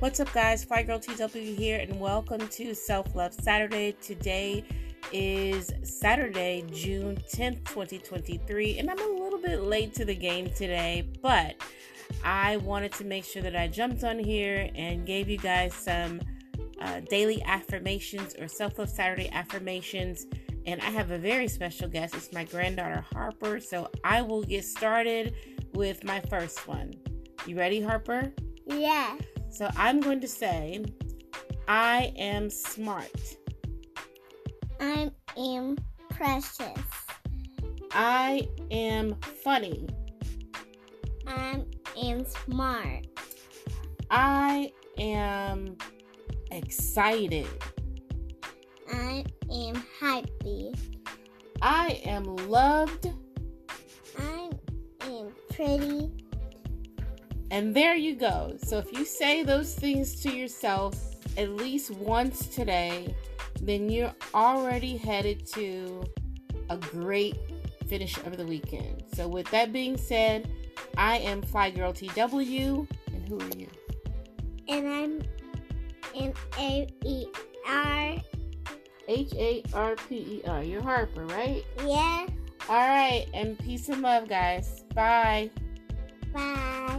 What's up, guys? Fire Girl TW here, and welcome to Self Love Saturday. Today is Saturday, June 10th, 2023, and I'm a little bit late to the game today, but I wanted to make sure that I jumped on here and gave you guys some uh, daily affirmations or Self Love Saturday affirmations. And I have a very special guest. It's my granddaughter, Harper. So I will get started with my first one. You ready, Harper? Yeah. So I'm going to say, I am smart. I am precious. I am funny. I am smart. I am excited. I am happy. I am loved. I am pretty. And there you go. So if you say those things to yourself at least once today, then you're already headed to a great finish of the weekend. So with that being said, I am Fly Girl TW. And who are you? And I'm an A E R. H A R P E R. You're Harper, right? Yeah. All right. And peace and love, guys. Bye. Bye.